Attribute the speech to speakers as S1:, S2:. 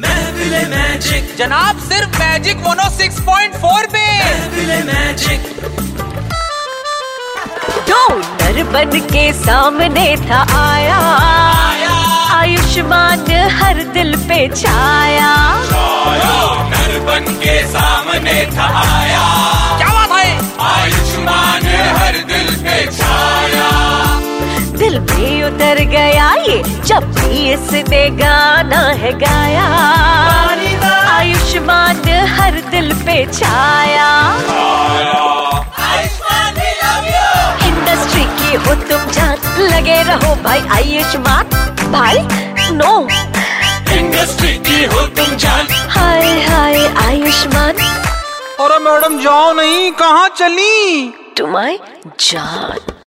S1: महफिले magic
S2: जनाब सिर्फ magic मोनो 6.4 पे
S1: महफिले मैजिक
S3: डोनर बन के सामने था आया आयुष्मान हर दिल पे छाया
S1: डॉक्टर बन के सामने था आया
S2: क्या बात है
S1: आयुष्मान हर दिल पे छाया
S3: दिल पे उतर गया ये जब भी इसने गाना है गाया आयुष्मान हर दिल पे छाया
S1: आयुष्मान भी लव यू
S3: इंडस्ट्री की हो तुम जान लगे रहो भाई आयुष्मान भाई नो
S1: इंडस्ट्री की हो तुम जान
S3: हाय हाय आयुष्मान
S2: अरे मैडम जाओ नहीं कहाँ चली
S3: टू माय जान